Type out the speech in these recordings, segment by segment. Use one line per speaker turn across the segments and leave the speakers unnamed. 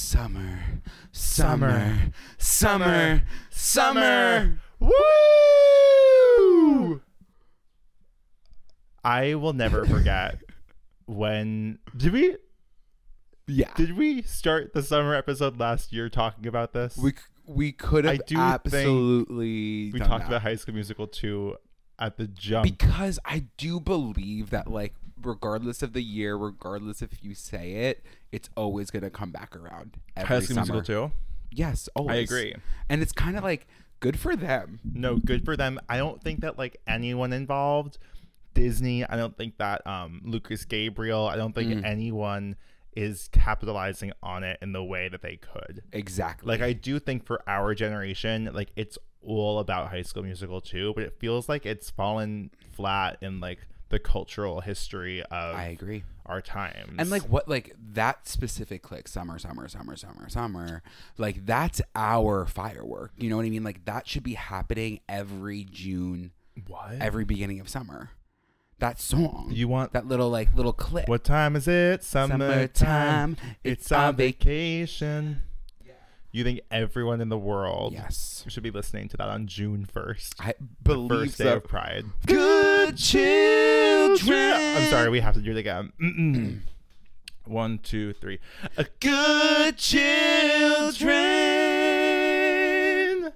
Summer, summer, summer, summer.
Woo! I will never forget when did we
Yeah,
did we start the summer episode last year talking about this?
we c- we could
I
have
do think
absolutely.
we
done
talked
that.
about High School Musical two at the jump.
because I do believe that like regardless of the year, regardless if you say it, it's always gonna come back around. Every
High School
summer.
Musical two.
Yes, always.
agree.
and it's kind of like good for them.
No, good for them. I don't think that like anyone involved, Disney. I don't think that um Lucas Gabriel. I don't think
Mm.
anyone is capitalizing on it in the way that they could.
Exactly.
Like I do think for our generation, like it's all about High School Musical too, but it feels like it's fallen flat in like the cultural history of
I agree.
our times.
And like what like that specific like summer, summer, summer, summer, summer, like that's our firework. You know what I mean? Like that should be happening every June,
what?
every beginning of summer. That song.
You want-
that little like little clip.
what time is it? Summertime.
Summertime.
It's on vacation. You think everyone in the world
Yes.
should be listening to that on June first,
I
first
believe
day
so.
of Pride.
Good children.
I'm sorry, we have to do it again. Mm-mm. One, two, three. A
Good
children.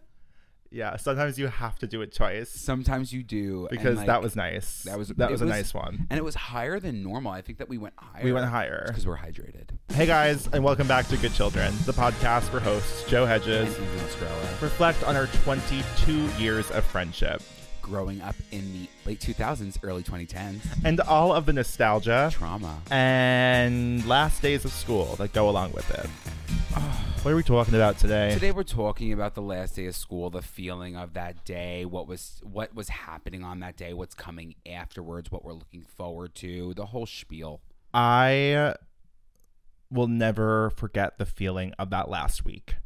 Yeah, sometimes you have to do it twice
Sometimes you do and,
because
like,
that was nice.
that was
that
it
was a nice one.
and it was higher than normal. I think that we went higher.
We went higher.
because we're hydrated.
Hey guys, and welcome back to Good Children, the podcast for hosts Joe
And
Hedges
Andrew Scarella,
reflect on our 22 years of friendship
growing up in the late 2000s, early 2010s,
and all of the nostalgia
trauma.
and last days of school that go along with it. What are we talking about today?
Today we're talking about the last day of school, the feeling of that day, what was what was happening on that day, what's coming afterwards, what we're looking forward to, the whole spiel.
I will never forget the feeling of that last week.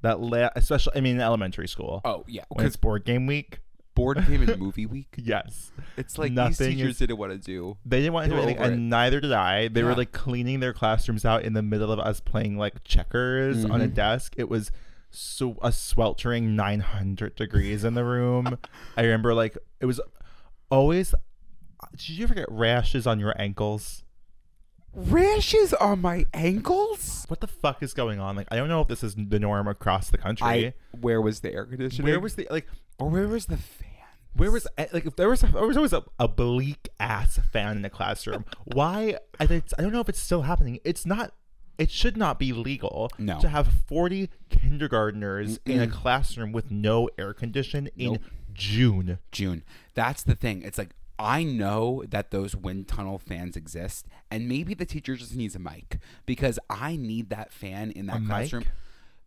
That la- especially I mean in elementary school.
Oh yeah,
when
because
it's board game week.
board game and movie week.
Yes.
It's like
Nothing
these teachers
is-
didn't want to do.
They didn't want to
They
do
were
anything
over it.
and neither did I. They were
Yeah.
like cleaning their classrooms out in the middle of us playing like checkers on
Mm-hmm.
a desk. It was so a sweltering 900 degrees in the room. I remember like it was always did you ever get rashes on your ankles?
Rashes on my ankles.
What the fuck is going on? Like, I don't know if this is the norm across the country.
I where was the air conditioner?
where was the like?
or where was the fan?
Where was eh, like? If there was, there was always a, a bleak ass fan in the classroom. Why? I, think it's- I don't know if it's still happening. It's not. It should not be legal
No.
to have forty kindergartners in a classroom with no air condition in June.
June. That's the thing. It's like I know that those wind tunnel fans exist, and maybe the teacher just needs a mic because I need that fan in that
mic?
classroom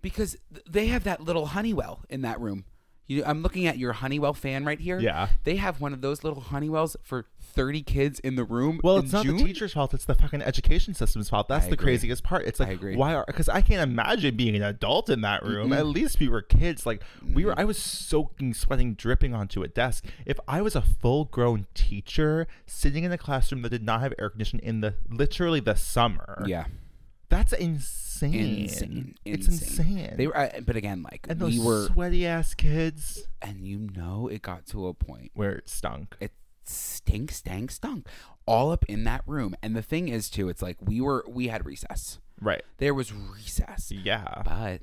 because th- they have that little Honeywell in that room. You, I'm looking at your Honeywell fan right here.
Yeah.
they have one of those little Honeywells for 30 kids in the room.
Well,
in
it's not
June?
the teacher's fault. It's the fucking education system's fault. That's
I
the
agree.
craziest part. It's like,
agree.
why are, because I can't imagine being an adult in that room. At least we were kids. Like, we were, I was soaking, sweating, dripping onto a desk. If I was a full grown teacher sitting in a classroom that did not have air conditioning in the literally the summer,
Yeah,
that's insane.
insane.
It's insane.
They were, I, but again, like
and those
we were,
sweaty ass kids
and you know, it got to a point
where it stunk.
it stink stank stunk all up in that room and the thing is too it's like we were we had recess
Right.
there was recess
Yeah.
but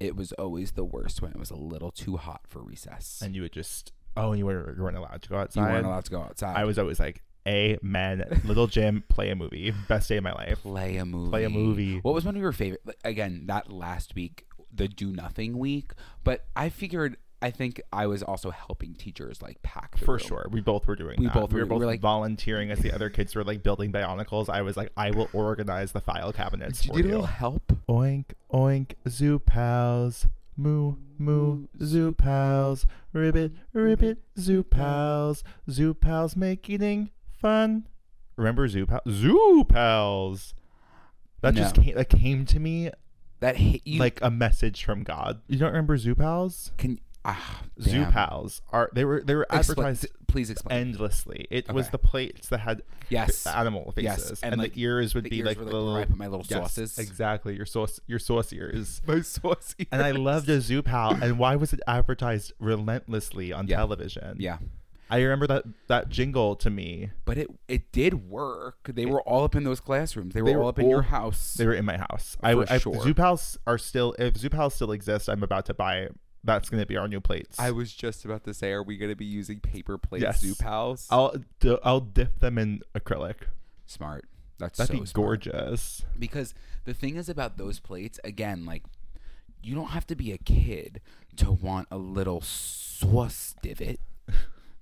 it was always the worst when it was a little too hot for recess
And you would just, oh, and you, were, you weren't allowed to go outside.
you weren't allowed to go outside
I was always like, Amen. Little Jim, play a movie. Best day of my life.
play a movie
Play a movie.
what was one of your favorite like, again that last week the do nothing week but i figured i think i was also helping teachers like pack the
For
room.
sure. We both were doing
We
that.
both
we
were-
were
we
both
were like-
volunteering as the other kids were like building bionicles. I was like, I will organize the file cabinets
did you
for
need a
you.
little help
Oink, oink, zoo pals. Moo, moo, zoo pals. Ribbit, ribbit, zoo pals. Zoo pals make eating fun. Remember zoo pals? Zoo pals. That just
No.
came, that came to me
that hit you
like a message from God. You don't remember zoo pals?
can Ah,
Zoo
damn.
pals are they were they were
Expla-
advertised
d- please explain.
endlessly. It was
Okay.
the plates that had
Yes.
the animal
Yes,
faces,
and,
and,
like,
the ears would
the
be
ears
like
were, like, where
little.
I put my little sauces.
Exactly, your sauce, your sauce ears.
my saucy.
And I loved a zoo pal. And why was it advertised relentlessly on
Yeah.
television?
Yeah,
I remember that that jingle to me.
but it it did work. They were all up in those classrooms. They were
They
all
were
up in your
all-
house.
They were in my house. I,
For
I
sure.
zoo pals are still if zoo pals still exist. I'm about to buy. That's going to be our new plates.
I was just about to say, are we going to be using paper plates,
Yes.
zoo pals?
I'll d- I'll dip them in acrylic.
smart. That's
That'd
so
be
smart.
gorgeous.
because the thing is about those plates again like you don't have to be a kid to want a little sauce divot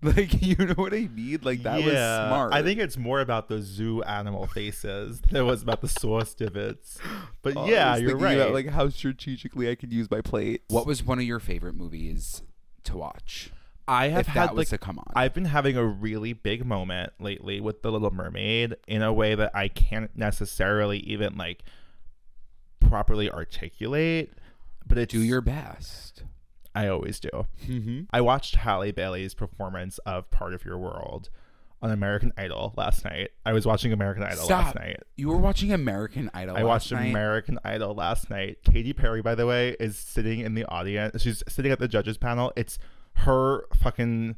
like you know what i mean like that was smart
I think it's more about the zoo animal faces than it was about the sauce divots. But
Oh, I
yeah,
was
you're
thinking
right.
about,
like how strategically I could use my plate.
what was one of your favorite movies to watch
I have
if
had
that was
like
to come on
I've been having a really big moment lately with The Little Mermaid in a way that I can't necessarily even like properly articulate. But it's
do your best
I always do.
mm-hmm.
I watched Halle Bailey's performance of Part of Your World on American Idol last night. I was watching American Idol
Stop.
last night.
you were watching american idol
I watched
last night.
American Idol last night. Katy Perry, by the way, is sitting in the audience. She's sitting at the judges panel. It's her fucking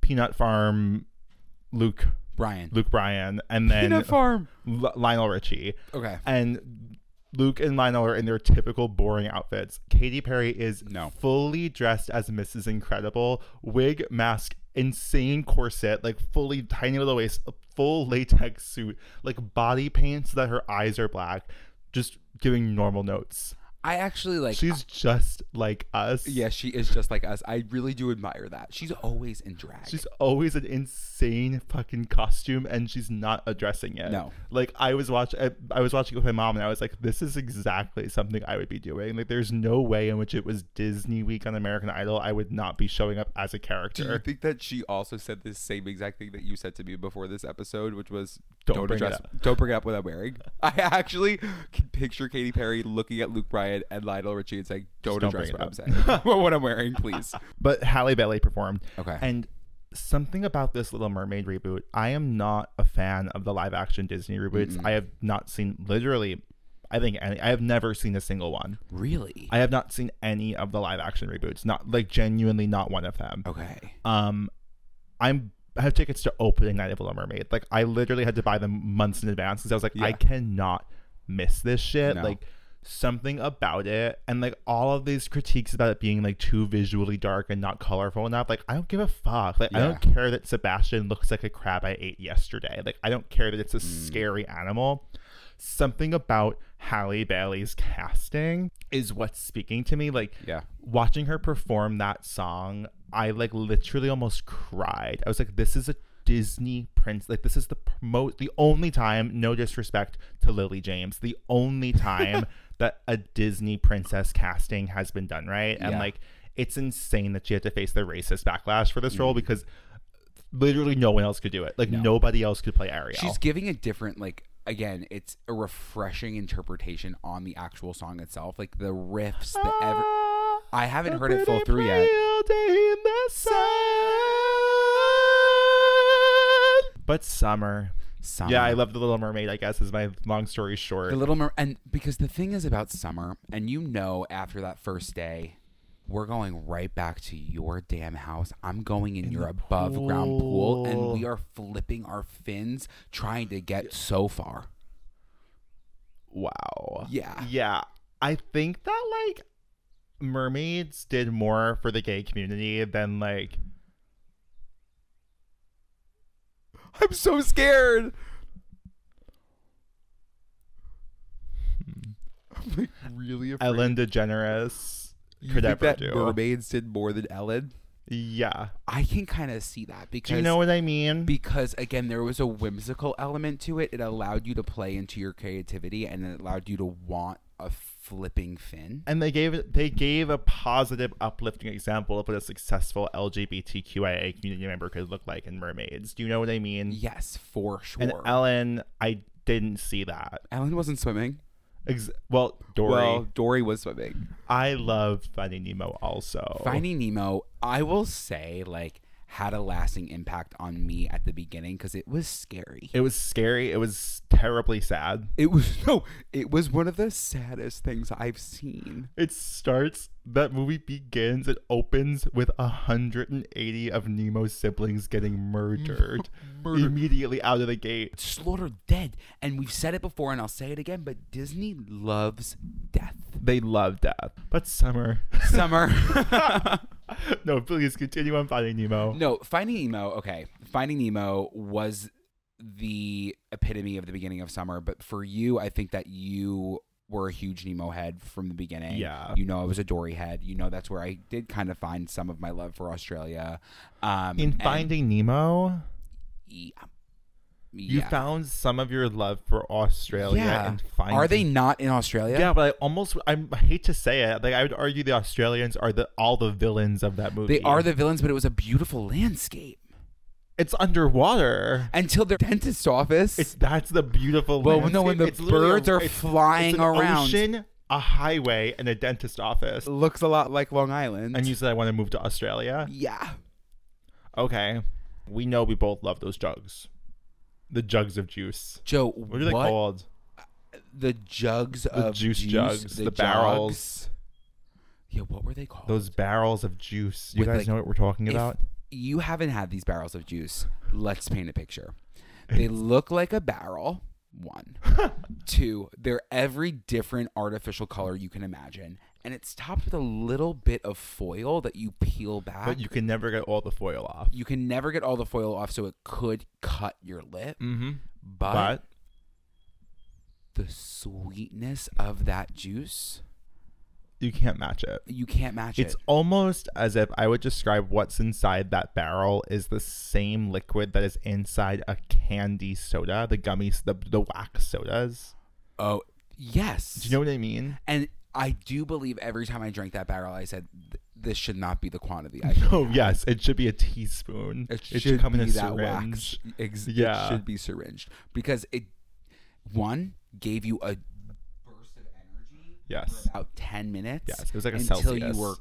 peanut farm Luke
brian
Luke Bryan and then
peanut farm
L- Lionel Richie.
okay
And Luke and Lionel are in their typical boring outfits. Katy Perry is
No.
fully dressed as Mrs. Incredible, wig, mask, insane corset, like fully tiny little waist, a full latex suit, like body paint so that her eyes are black, just giving normal notes.
i actually like uh,
She's just like us.
yeah she is just like us i really do admire that she's always in drag
She's always an insane fucking costume, and she's not addressing it.
No.
like I was watching, I, I was watching it with my mom, and I was like, "This is exactly something I would be doing." Like, there's no way in which it was Disney Week on American Idol, I would not be showing up as a character.
Do you think that she also said the same exact thing that you said to me before this episode, which was
Don't bring it up."
don't bring it up without wearing? I actually can picture Katy Perry looking at Luke Bryan and Lionel Richie and saying, "Don't,
don't
address
bring
what
it
I'm saying, Well, what I'm wearing, please."
but Halle Bailey performed.
Okay.
and something about this Little Mermaid reboot. I am not a fan of the live action Disney reboots. I have not seen literally. I think any, I have never seen a single one.
Really?
I have not seen any of the live action reboots. Not like genuinely not one of them.
okay.
Um, I'm I have tickets to opening night of Little Mermaid. Like I literally had to buy them months in advance because I was like,
Yeah.
I cannot miss this shit.
No.
Like something about it, and like all of these critiques about it being like too visually dark and not colorful enough. Like I don't give a fuck. Like I don't care that Sebastian looks like a crab I ate yesterday. Like I don't care that it's a
Mm.
scary animal. Something about Halle Bailey's casting is what's speaking to me. Like
Yeah.
watching her perform that song, I like literally almost cried. I was like, this is a Disney prince. Like, this is the most, the only time, no disrespect to Lily James, the only time that a Disney princess casting has been done right. And
Yeah.
like, it's insane that she had to face the racist backlash for this role
Mm-hmm.
because literally no one else could do it. Like, nobody else could play Ariel.
She's giving a different like. Again, it's a refreshing interpretation on the actual song itself, like the riffs, the ever.
Ah,
I haven't
a
heard it full
pretty
through yet.
pale day in the sun. But summer.
Summer.
Yeah, I love The Little Mermaid, I guess, is my long story short.
The Little Mer, and because the thing is about summer, and you know, after that first day, we're going right back to your damn house. I'm going in, your above ground pool, and we
pool.
are flipping our fins trying to get so far.
wow.
Oh, Yeah.
Yeah. I think that, like, mermaids did more for the gay community than, like,
I'm so scared. Hmm. I'm like really afraid.
Ellen DeGeneres
You
could
think
ever
that
do.
mermaids did more than Ellen?
Yeah.
I can kind of see that because
Do you know what I mean?
because again there was a whimsical element to it it allowed you to play into your creativity and it allowed you to want a flipping fin
and they gave it- they gave a positive, uplifting example of what a successful LGBTQIA community member could look like in Mermaids. Do you know what I mean?
yes for sure
And Ellen, I didn't see that.
ellen wasn't swimming
Ex- well, Dory.
Well, Dory was swimming.
I love Finding Nemo also.
Finding Nemo, I will say, like, had a lasting impact on me at the beginning because it was scary.
It was scary. It was terribly sad.
It was no, it was one of the saddest things I've seen.
It starts. That movie begins. It opens with 180 of Nemo's siblings getting murdered,
Murdered.
immediately out of the gate.
Slaughtered dead, and we've said it before, and I'll say it again. But Disney loves death.
They love death, but Summer.
Summer.
no, please continue on Finding Nemo.
no, Finding Nemo. Okay, Finding Nemo was the epitome of the beginning of summer. But for you, I think that you were a huge Nemo head from the beginning.
Yeah.
You know, I was a Dory head. You know, that's where I did kind of find some of my love for Australia. Um,
In
and-
Finding Nemo,
Yeah.
you
Yeah.
found some of your love for Australia.
Yeah.
And finding
Are they not in Australia?
Yeah, but I almost I'm, I hate to say it. Like I would argue the Australians are the all the villains of that movie.
They are the villains, but it was a beautiful landscape.
It's underwater.
Until their dentist's office.
It's that's the beautiful.
Well, no, when
landscape.
the
It's literally
birds are
it's-
flying
it's an
around.
ocean, a highway, and a dentist office.
looks a lot like Long Island.
And you said I want to move to Australia.
yeah.
Okay, we know we both love those jugs, the jugs of juice.
Joe,
What
what,
are they called?
the jugs
The
of
juice jugs, the barrels.
Yeah, what were they called?
Those barrels of juice. You
With,
guys
like,
know what we're talking
if-
about?
You haven't had these barrels of juice. Let's paint a picture. They look like a barrel. One, two. They're every different artificial color you can imagine, and it's topped with a little bit of foil that you peel back.
But you can never get all the foil off.
you can never get all the foil off, so it could cut your lip.
Mm-hmm.
But,
But
the sweetness of that juice,
you can't match it.
you can't match
It's
it.
almost as if I would describe what's inside that barrel is the same liquid that is inside a candy soda, the gummies, the, the wax sodas.
Oh, yes.
Do you know what I mean?
and I do believe every time I drank that barrel, I said, "Th- "This should not be the quantity." I
Oh, yes. It should be a teaspoon.
It should, come in that wax. Ex-
Yeah.
It should be syringed because it one gave you a burst of energy
Yes.
for about ten minutes.
Yes, it was like a
until
Celsius.
you were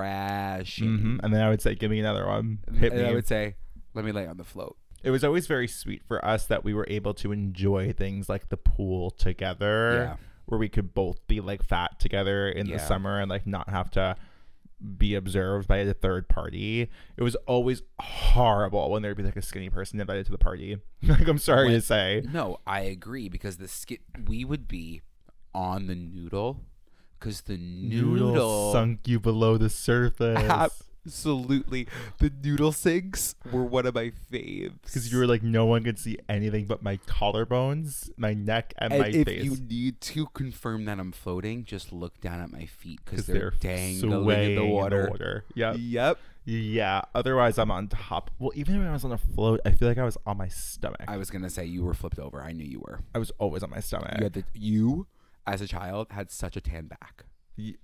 crashing.
hmm And then I would say, give me another one. Hit
and
me.
I would say, "Let me lay on the float."
it was always very sweet for us that we were able to enjoy things like the pool together
Yeah.
where we could both be like fat together in the
Yeah.
summer and like not have to be observed by a third party. It was always horrible when there'd be like a skinny person invited to the party. like I'm sorry to say.
No, I agree because the skit we would be on the noodle because the noodle,
sunk you below the
Ah.
surface.
Absolutely. The noodle sinks were one of my faves.
Because you were like, no one could see anything but my collarbones, my neck, and,
and
my
if
face.
you need to confirm that I'm floating, just look down at my feet because
'Cause
they're, dangling
swaying
in the water.
Yep.
Yep.
Yeah. Otherwise, I'm on top. Well, even when I was on a float, I feel like I was on my stomach.
I
I,
was gonna say you were flipped over. I knew you were.
was always on my stomach.
You had the you as a child had such a tan back,
Y-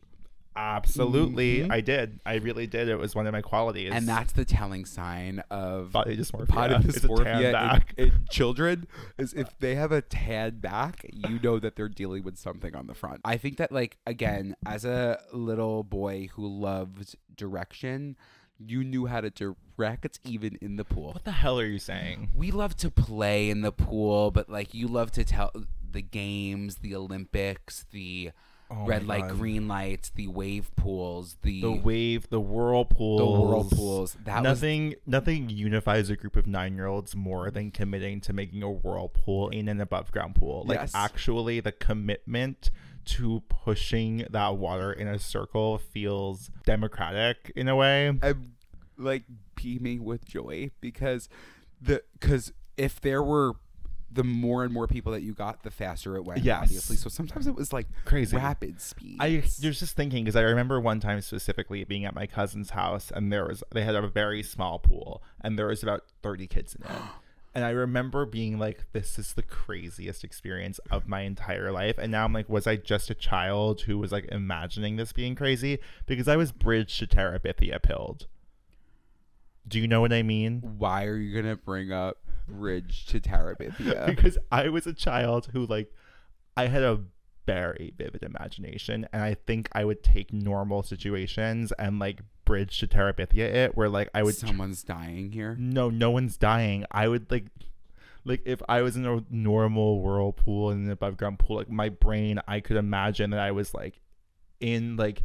Absolutely,
Mhm.
I did. I really did. It was one of my qualities.
and that's the telling sign of
body dysmorphia.
body
It's a tan
dysmorphia
back.
in, in children is if they have a tan back, you know that they're dealing with something on the front. I think that like again, as a little boy who loved direction, you knew how to direct even in the pool.
what the hell are you saying?
We love to play in the pool, but like you love to tell the games, the Olympics, the
Oh
red
my
light,
God.
green lights, the wave pools, the,
The wave, the whirlpools,
whirlpools. That was-
nothing, nothing unifies a group of nine-year-olds more than committing to making a whirlpool in an above-ground pool. Like
Yes.
actually, the commitment to pushing that water in a circle feels democratic in a way.
I'm like beaming with joy because the because if there were the more and more people that you got, the faster it went.
Yes.
obviously. So sometimes it was like
Crazy.
rapid speed.
I was just thinking because I remember one time specifically being at my cousin's house and there was they had a very small pool and there was about thirty kids in it. And I remember being like, "This is the craziest experience of my entire life." And now I'm like, "Was I just a child who was like imagining this being crazy?" Because I was bridge to terabithia pilled. Do you know what I mean?
Why are you gonna bring up Bridge to Terabithia?
because I was a child who like I had a very vivid imagination. And I think I would take normal situations and like bridge to Terabithia it where like I would
Someone's dying here.
no, no one's dying. I would like, like if I was in a normal whirlpool and an above ground pool, like my brain, I could imagine that I was like in like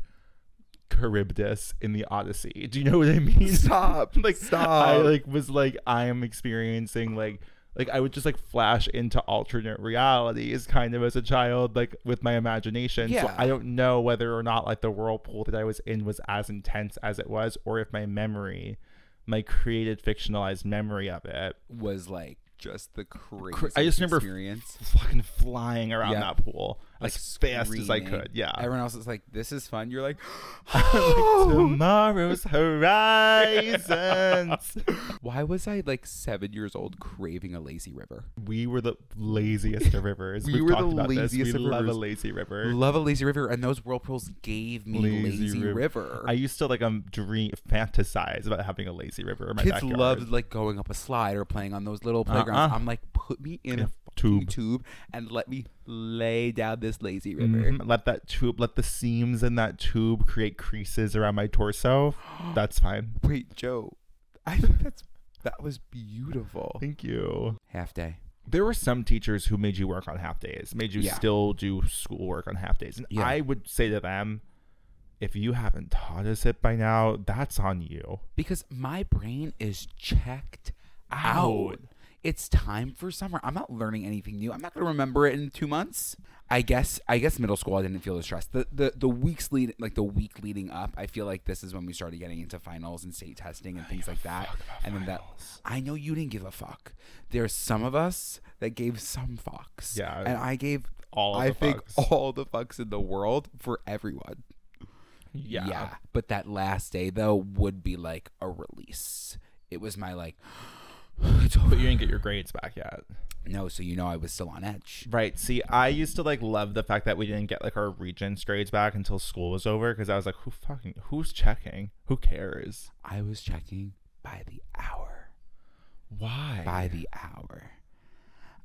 Charybdis in the Odyssey. Do you know what I mean?
Stop.
like
Stop.
I like was like I am experiencing like like I would just like flash into alternate realities kind of as a child like with my imagination. So
Yeah.
I don't know whether or not like the whirlpool that I was in was as intense as it was or if my memory my created fictionalized memory of it
Was like just the crazy
I just remember-
experience.
fucking flying around
Yeah.
that pool
Like
as fast as I
screaming.
could. Yeah.
Everyone else is like, "This is fun." You're like,
Like,
"Oh."
tomorrow's horizons.
Why was I like seven years old craving a lazy river?
We were the laziest of rivers.
We
We've
were the
talked about this.
laziest
We
of
love a
rivers.
lazy river.
Love a lazy river, and those whirlpools gave me lazy, river.
I used to like um dream fantasize about having a lazy river in my
Kids
backyard.
loved like going up a slide or playing on those little playgrounds.
Uh-uh.
I'm like, put me in
Yeah,
a fucking
tube.
tube. and let me lay down this lazy river.
Mhm. Let that tube, let the seams in that tube create creases around my torso. That's fine.
Wait, Joe, I think that's that was beautiful.
Thank you.
Half day.
There were some teachers who made you work on half days, made you
Yeah.
still do schoolwork on half days, and
Yeah.
I would say to them, if you haven't taught us it by now, that's on you.
because my brain is checked out.
Out.
It's time for summer. I'm not learning anything new. I'm not going to remember it in two months. I guess. I guess middle school. I didn't feel the stress. The the the weeks lead like the week leading up. I feel like this is when we started getting into finals and state testing and things like that. And then that. I know you didn't give a fuck. There's some of us that gave some fucks.
Yeah.
And I gave
All of
I
the
think
fucks.
all the fucks in the world for everyone.
Yeah.
But that last day though would be like a release. It was my like
But you didn't get your grades back yet.
no, so you know I was still on edge.
Right. See, I used to like love the fact that we didn't get like our regents grades back until school was over because I was like, who fucking, who's checking? Who cares?
I was checking by the hour.
Why?
By the hour.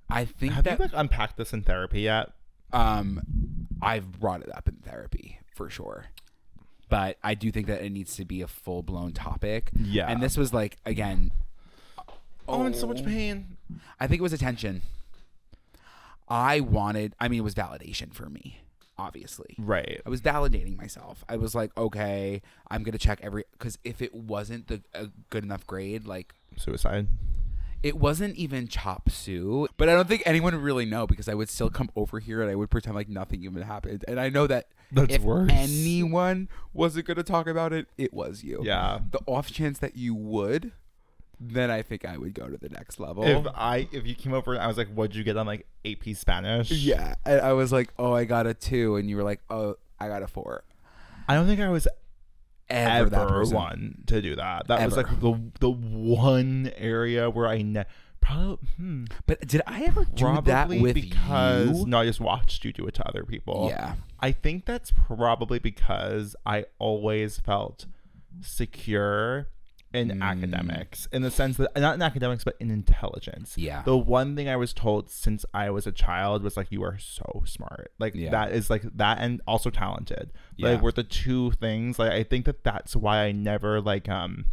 I think
Have
that
you like unpacked this in therapy yet?
um I've brought it up in therapy for sure. But I do think that it needs to be a full blown topic.
Yeah.
And this was like again
Oh, I'm in so much pain.
I think it was attention. I wanted I mean it was validation for me, obviously.
Right.
I was validating myself. I was like, okay, I'm gonna check every because if it wasn't the a good enough grade, like
Suicide.
it wasn't even chop suey. But I don't think anyone would really know because I would still come over here and I would pretend like nothing even happened. And I know that
That's
if
worse.
anyone wasn't gonna talk about it, it was you.
Yeah.
The off chance that you would, then I think I would go to the next level.
If I if you came over and I was like, what'd you get on like AP Spanish?
yeah, and I was like, oh, I got a two, and you were like, oh, I got a four.
I don't think I was
Ever, that
ever
person.
one to do that. That was
Ever.
like the the one area where I ne- probably hmm,
But did I ever do that
Probably
with
because
you?
no, I just watched you do it to other people.
Yeah.
I think that's probably because I always felt secure in
Mm.
academics, in the sense that not in academics, but in intelligence.
Yeah.
The one thing I was told since I was a child was like, "You are so smart." Like
Yeah.
that is like that, and also talented.
Yeah.
Like were the two things. Like I think that that's why I never like um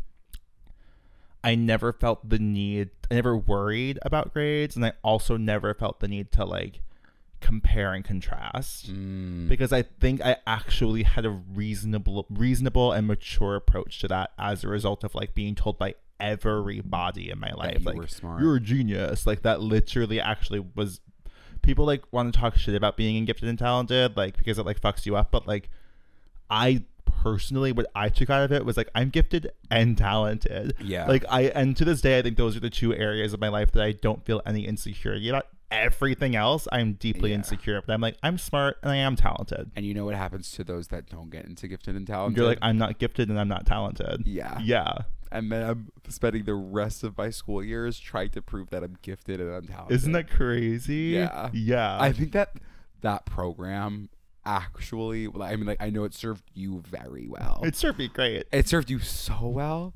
I never felt the need, I never worried about grades, and I also never felt the need to like compare and contrast
Mm.
because I think I actually had a reasonable, reasonable and mature approach to that as a result of like being told by everybody in my life,
you
like
were smart.
you're a genius, like that literally actually was. People like want to talk shit about being gifted and talented, like because it like fucks you up, but like I personally what I took out of it was like I'm gifted and talented.
Yeah.
Like I and to this day I think those are the two areas of my life that I don't feel any insecurity about. Everything else I'm deeply
Yeah.
insecure but I'm like I'm smart and I am talented.
And you know what happens to those that don't get into gifted and talented?
You're like I'm not gifted and I'm not talented.
yeah.
Yeah.
And then I'm spending the rest of my school years trying to prove that I'm gifted and I'm talented.
Isn't that crazy?
Yeah.
Yeah.
I think that that program actually, like, I mean, like, I know it served you very well.
it served me great.
it served you so well.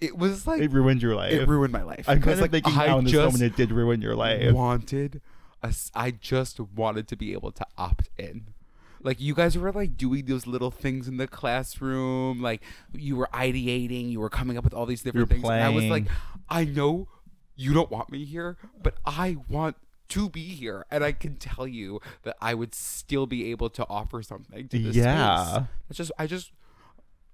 It was like
It
it,
ruined your life.
ruined my life.
I'm
Because,
kind
like,
of thinking
I
now in this
just
moment it did ruin your life.
wanted a s- I just wanted to be able to opt in. Like you guys were like doing those little things in the classroom, like you were ideating, you were coming up with all these different
were
things. And I was like,
playing.
I know you don't want me here, but I want to be here, and I can tell you that I would still be able to offer something to this
Yeah.
space. It's just, I just,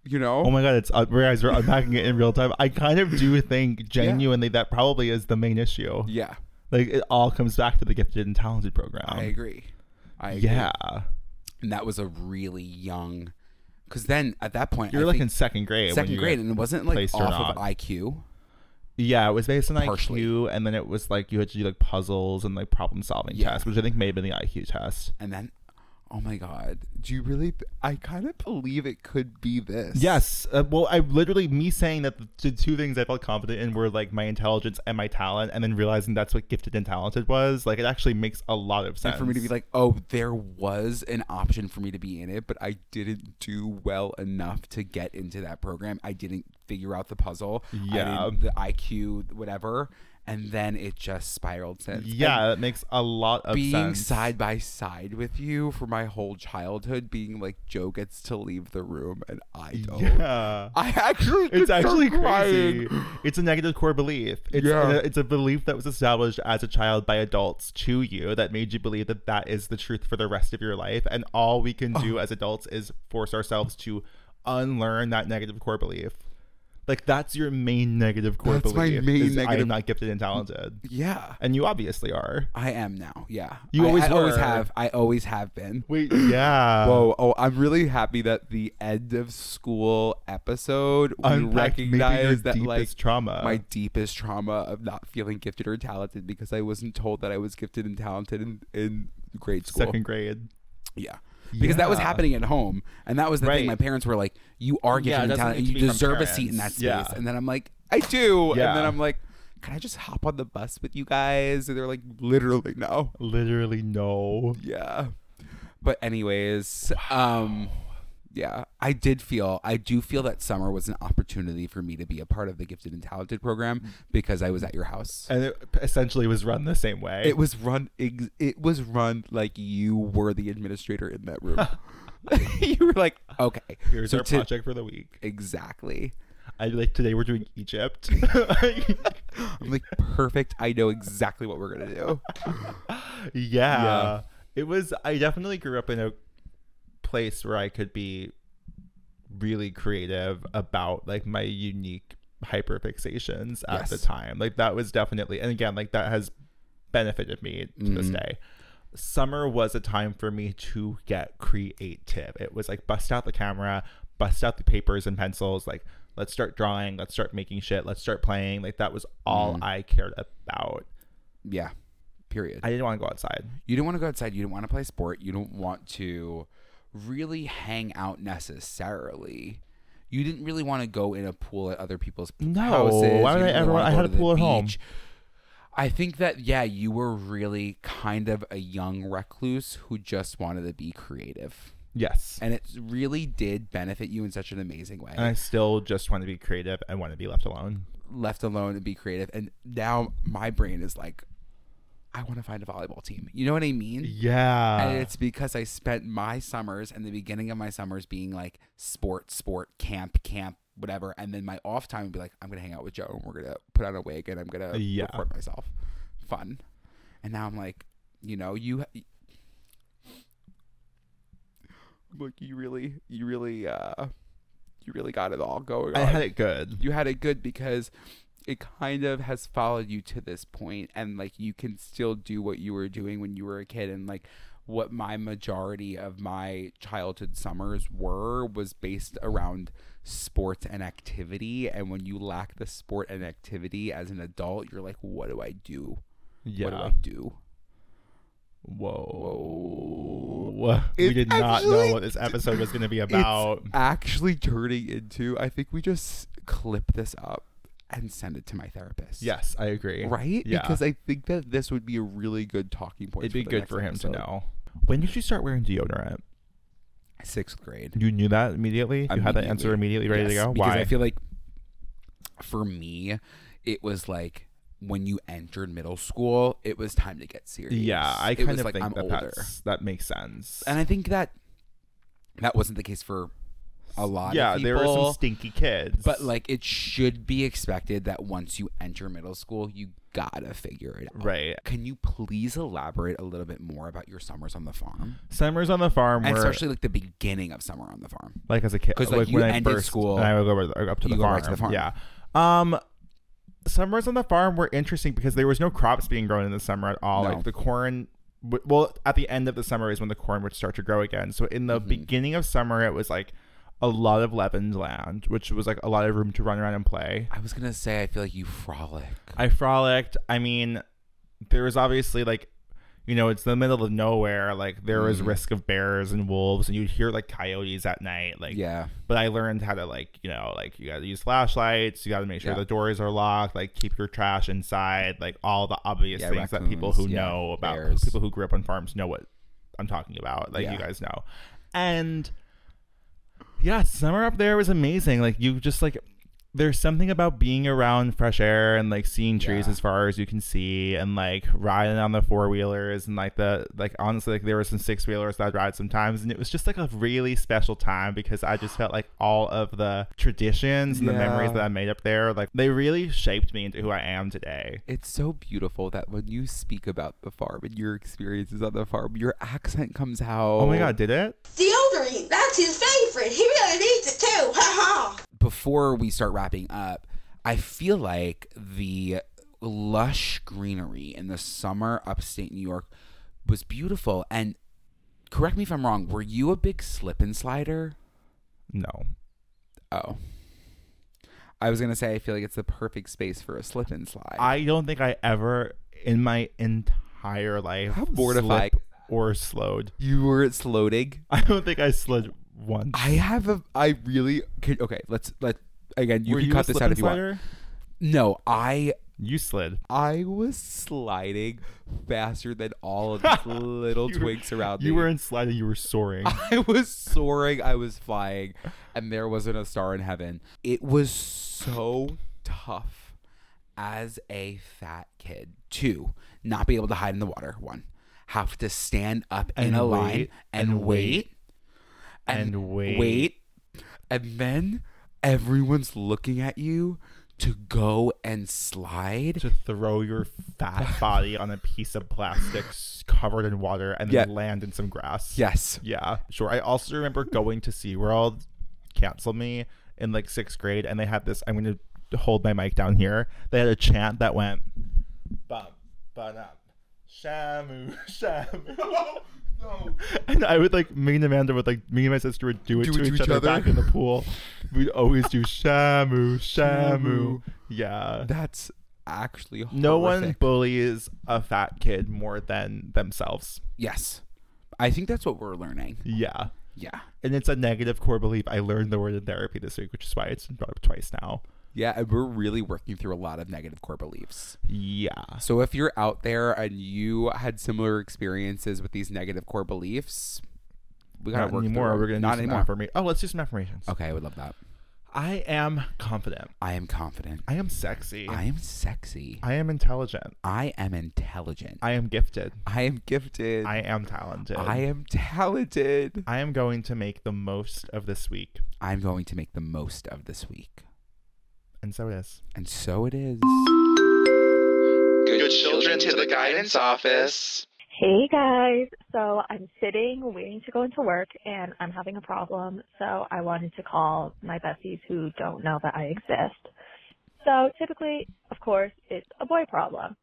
you know,
Oh my god, it's uh, guys are unpacking it in real time. I kind of do think genuinely that probably is the main issue.
yeah,
Like it all comes back to the gifted and talented program.
I agree. I agree.
Um, yeah.
and that was a really young because then at that point
You
I
were like
think
in second grade. when
second
you
grade
got-
and it wasn't like
placed or
off of
not.
iq
yeah, it was based on
Partially.
IQ, and then it was like you had to do like puzzles and like problem solving
Yeah.
tests, which I think may have been the IQ test.
and then oh my god do you really th- i kind of believe it could be this
Yes. Uh, well, I literally me saying that the t- two things I felt confident in were like my intelligence and my talent, and then realizing that's what gifted and talented was. Like it actually makes a lot of sense
and for me to be like oh there was an option for me to be in it but i didn't do well enough to get into that program i didn't figure out the puzzle I
Yeah.
didn't- the iq whatever and then it just spiraled since And
yeah, that makes a lot of
being
sense.
side by side with you for my whole childhood, being like Joe gets to leave the room and I don't.
Yeah.
I actually could
It's
start
actually
crying.
crazy. It's a negative core belief. It's,
Yeah.
a, it's a belief that was established as a child by adults to you that made you believe that that is the truth for the rest of your life. And all we can do as adults is force ourselves to unlearn that negative core belief. Like, that's your main negative core
That's my
belief.
main
is I
negative-
am not gifted and talented.
Yeah,
And you obviously are.
I am now. Yeah,
You
I,
always
I always
were.
have. I always have been.
Wait, yeah.
Whoa! Oh, I'm really happy that the end of school episode we
Unpacked maybe your
recognize that like
deepest trauma.
my deepest trauma of not feeling gifted or talented because I wasn't told that I was gifted and talented in, in grade school.
Second grade.
Yeah. Because that was
Yeah.
happening at home. And that was the thing.
Right.
My parents were like, you are
Yeah,
getting
it doesn't
talent and you
need to be from
deserve a seat in that
parents.
space.
Yeah.
And then I'm like, I do.
Yeah.
And then I'm like, can I just hop on the bus with you guys? And they're like, literally, no.
Literally, no.
Yeah. But, anyways, um, yeah, I did feel, I do feel that summer was an opportunity for me to be a part of the Gifted and Talented program because I was at your house.
And it essentially was run the same way.
It was run. Ex- it was run like you were the administrator in that room. you were like, okay,
Here's
so
our
to-
project for the week.
Exactly.
I like today we're doing Egypt.
I'm like perfect. I know exactly what we're gonna do.
yeah.
Yeah.
It was I definitely grew up in a place where I could be really creative about like my unique hyperfixations at the
Yes.
time. Like that was definitely and again, like that has benefited me to this day. Summer was a time for me to get creative. It was like bust out the camera, bust out the papers and pencils, like let's start drawing, let's start making shit, let's start playing. Like that was all I cared about.
Yeah. Period.
I didn't want to go outside.
you don't want to go outside. You don't want to play sport. You don't want to really hang out necessarily. You didn't really want to go in a pool at other people's p-
No,
houses.
why
You
would I
didn't
ever-
wanna
I
go
had
to
a
the
pool at home.
beach. I think that yeah, you were really kind of a young recluse who just wanted to be creative.
Yes.
and it really did benefit you in such an amazing way.
And I still just want to be creative. I want to be left alone.
Left alone and be creative, and now my brain is like, I want to find a volleyball team. You know what I mean?
Yeah.
And it's because I spent my summers and the beginning of my summers being like sport, sport, camp, camp, whatever, and then my off time would be like, I'm gonna hang out with Joe and we're gonna put on a wig and I'm gonna
Yeah.
record myself, fun. And now I'm like, you know, you. I'm like, you really, you really, uh, you really got it all going on
I had it good.
you had it good because it kind of has followed you to this point and like you can still do what you were doing when you were a kid and like what my majority of my childhood summers were was based around sports and activity and when you lack the sport and activity as an adult you're like what do i do what do
Yeah.
i do
Whoa. Whoa. We
It
did not know
actually-
what this episode was going to be about.
it's actually turning into i think we just clip this up and send it to my therapist
Yes, I agree.
right?
Yeah.
Because I think that this would be a really good talking point.
It'd be
the
good
next
for him
episode.
to know. When did you start wearing deodorant?
Sixth grade.
You knew that immediately? You had that answer immediately ready
Yes,
to go?
Because
Why?
I feel like for me, it was like when you entered middle school, it was time to get serious.
Yeah, I
It
kind
was
of
like,
think
I'm
that
older,
that's, that makes sense.
and I think that that wasn't the case for a lot.
yeah,
of people,
there were some stinky kids,
but like it should be expected that once you enter middle school, you gotta figure it out.
right.
Can you please elaborate a little bit more about your summers on the farm,
Summers on the farm
and
were
especially like the beginning of summer on the farm?
like as a kid,
'Cause, like, you
when I
ended
first
school,
and I would go over the- up to
you
the,
go
farm.
right to the farm.
Yeah. Um, summers on the farm were interesting because there was no crops being grown in the summer at all.
No.
Like the corn. w- Well, at the end of the summer is when the corn would start to grow again. So in
Mm-hmm.
the beginning of summer, it was like a lot of leavened land, which was like a lot of room to run around and play.
I was gonna say I feel like you frolic.
I frolicked. I mean, there was obviously like, you know, it's the middle of nowhere. Like there was
Mhm.
risk of bears and wolves, and you'd hear like coyotes at night. Like,
yeah,
but I learned how to like, you know, like you gotta use flashlights. You gotta make sure
Yeah.
the doors are locked. Like keep your trash inside. Like all the obvious
Yeah,
things that people who
raccoons, yeah,
know about
bears.
people who grew up on farms know what I'm talking about. Like
Yeah.
you guys know, and yeah, summer up there was amazing. Like you just like. There's something about being around fresh air and like seeing trees
Yeah.
as far as you can see and like riding on the four wheelers and like the like honestly like there were some six wheelers that I'd ride sometimes and it was just like a really special time because I just felt like all of the traditions and the memories
Yeah.
that I made up there like they really shaped me into who I am today.
It's so beautiful that when you speak about the farm and your experiences on the farm, your accent comes out.
Oh, my god, did it?
Deodorant, that's his favorite. He really needs it too. Ha ha.
Before we start wrapping up, I feel like the lush greenery in the summer upstate New York was beautiful. And correct me if I'm wrong, were you a big slip and slider?
No.
Oh. I was going to say, I feel like it's the perfect space for a slip and slide.
I don't think I ever in my entire life
How mortifying
slipped or slowed.
you were at Slodig.
I don't think I slid once.
I have a. I really. Okay, okay let's. let Again, you
Were
can
you a
cut this
slip
out
and
if you want.
slider?
No, I
You slid.
I was sliding faster than all of these little
You were-
twigs around
You
me.
weren't sliding, you were soaring.
I was soaring, I was flying, and there wasn't a star in heaven. It was so tough as a fat kid to not be able to hide in the water, one, have to stand up in
And
a line
wait,
and,
and
wait,
wait, and wait.
wait, and then everyone's looking at you to go and slide.
to throw your fat body on a piece of plastic s- covered in water and then
Yeah.
land in some grass.
Yes.
Yeah. Sure. I also remember going to SeaWorld, cancel me in like sixth grade, and they had this I'm gonna hold my mic down here. They had a chant that went bum bum up. Shamu Shamu No. And I would like me and Amanda would like me and my sister would do it, to, each, other, back in the pool. We'd always do Shamu Shamu.
Shamu.
Yeah.
That's actually horrific.
No one bullies a fat kid more than themselves.
Yes, I think that's what we're learning.
Yeah.
Yeah,
And it's a negative core belief. I learned the word in therapy this week, which is why it's been brought up twice now.
yeah, and we're really working through a lot of negative core beliefs.
Yeah.
So if you're out there and you had similar experiences with these negative core beliefs, we gotta
Not
work
anymore.
Through.
We're gonna
not
do some
anymore.
affirmations. Oh, let's do some affirmations.
Okay, I would love that.
I am confident.
I am confident.
I am sexy.
I am sexy.
I am intelligent.
I am intelligent.
I am gifted.
I am gifted.
I am talented.
I am talented.
I am going to make the most of this week.
I'm going to make the most of this week.
And so it is.
And so it is.
Good children to the guidance office.
Hey guys, so I'm sitting waiting to go into work and I'm having a problem, so I wanted to call my besties who don't know that I exist. So typically, of course, it's a boy problem.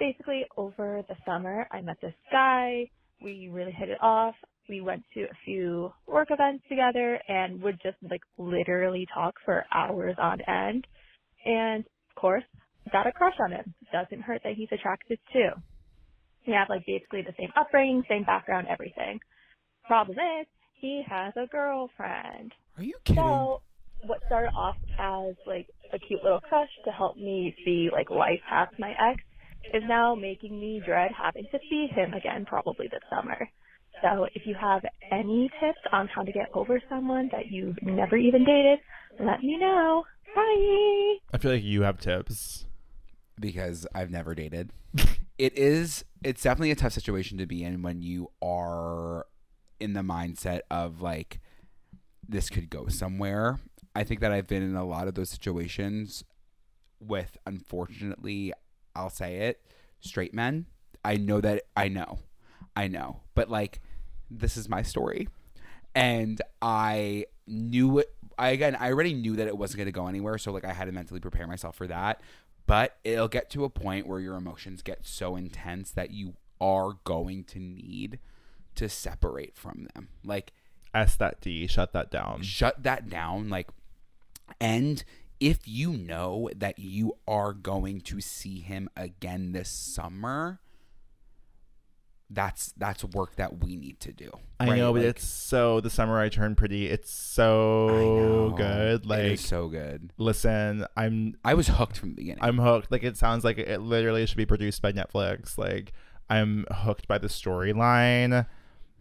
Basically, over the summer, I met this guy, we really hit it off, we went to a few work events together and would just like literally talk for hours on end. And of course, got a crush on him. Doesn't hurt that he's attracted too. We have like basically the same upbringing, same background, everything. Problem is, he has a girlfriend.
Are you kidding?
So what started off as like a cute little crush to help me see like life past my ex is now making me dread having to see him again probably this summer. So if you have any tips on how to get over someone that you've never even dated, let me know. Bye.
I feel like you have tips.
because I've never dated. it is it's definitely a tough situation to be in when you are in the mindset of like this could go somewhere. I think that I've been in a lot of those situations with unfortunately, I'll say it, straight men. I know that I know. I know. But like this is my story. And I knew it I again I already knew that it wasn't gonna go anywhere, so like I had to mentally prepare myself for that. But it'll get to a point where your emotions get so intense that you are going to need to separate from them. Like
S that D, shut that down.
shut that down like and if you know that you are going to see him again this summer that's that's work that we need to do
I
right?
know, but
Like,
it's so the summer I turned pretty. It's
I
so
know.
good.
it
Like,
is so good
listen, I'm
i was hooked from the beginning
I'm hooked. Like, it sounds like it literally should be produced by Netflix. Like, I'm hooked by the storyline.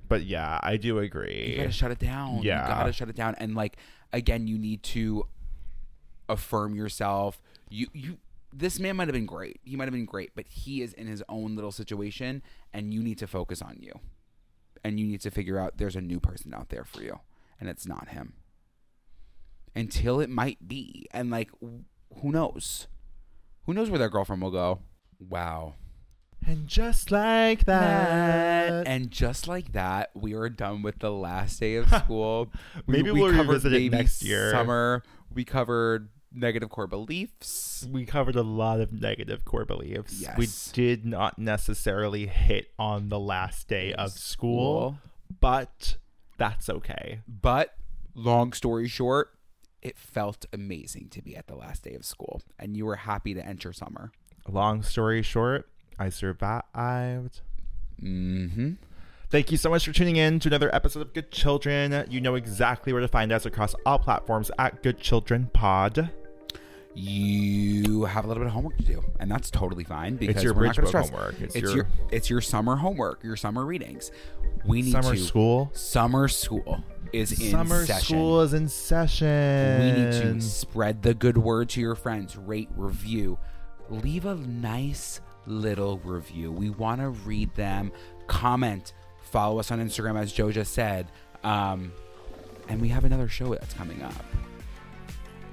But yeah, I do
you
agree.
gotta shut it down
Yeah.
you gotta shut it down and like again you need to affirm yourself you you this man might have been great he might have been great but he is in his own little situation and you need to focus on you and you need to figure out there's a new person out there for you and it's not him until it might be and like w- who knows who knows where that girlfriend will go wow
And just like that.
and just like that, we are done with the last day of school.
Maybe we'll revisit it next year.
Summer. We covered negative core beliefs.
we covered a lot of negative core beliefs. We
Yes.
did not necessarily hit on the last day of school, but that's okay.
But long story short, it felt amazing to be at the last day of school, and you were happy to enter summer.
Long story short, I survived.
Mm-hmm.
Thank you so much for tuning in to another episode of Good Children. You know exactly where to find us across all platforms at Good Children Pod.
You have a little bit of homework to do, and that's totally fine because
your
we're not
bridge
gonna
book
stress.
homework. It's
It's,
your-
your, it's your summer homework, your summer readings. We need
Summer
to-
school.
Summer school is in
Summer
session.
school is in session.
We need to spread the good word to your friends, rate, review, leave a nice little review. We want to read them, comment, follow us on Instagram, as Joe just said. Um, and we have another show that's coming up.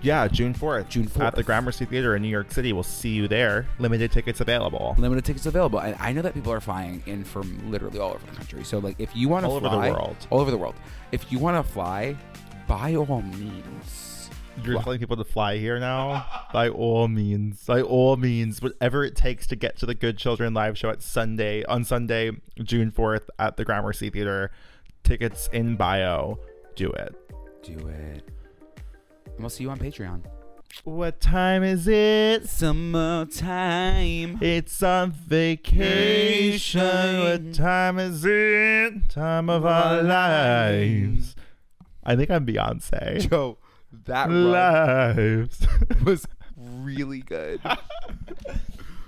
Yeah, June 4th.
June
At the
4th.
Gramercy Theater in New York City. We'll see you there. Limited tickets available.
Limited tickets available. And I know that people are flying in from literally all over the country. So, like, if you want to
All over
fly
the world.
all over the world, if you want to fly, by all means.
You're telling people to fly here now? by all means. By all means. Whatever it takes to get to the Good Children live show at Sunday on Sunday, June 4th at the Gramercy Theater. Tickets in bio. Do it.
Do it. And we'll see you on Patreon.
What time is it?
Summertime.
It's on vacation. What time is it? Time of our lives. I think I'm Beyonce.
Yo, that run
Lives.
was really good.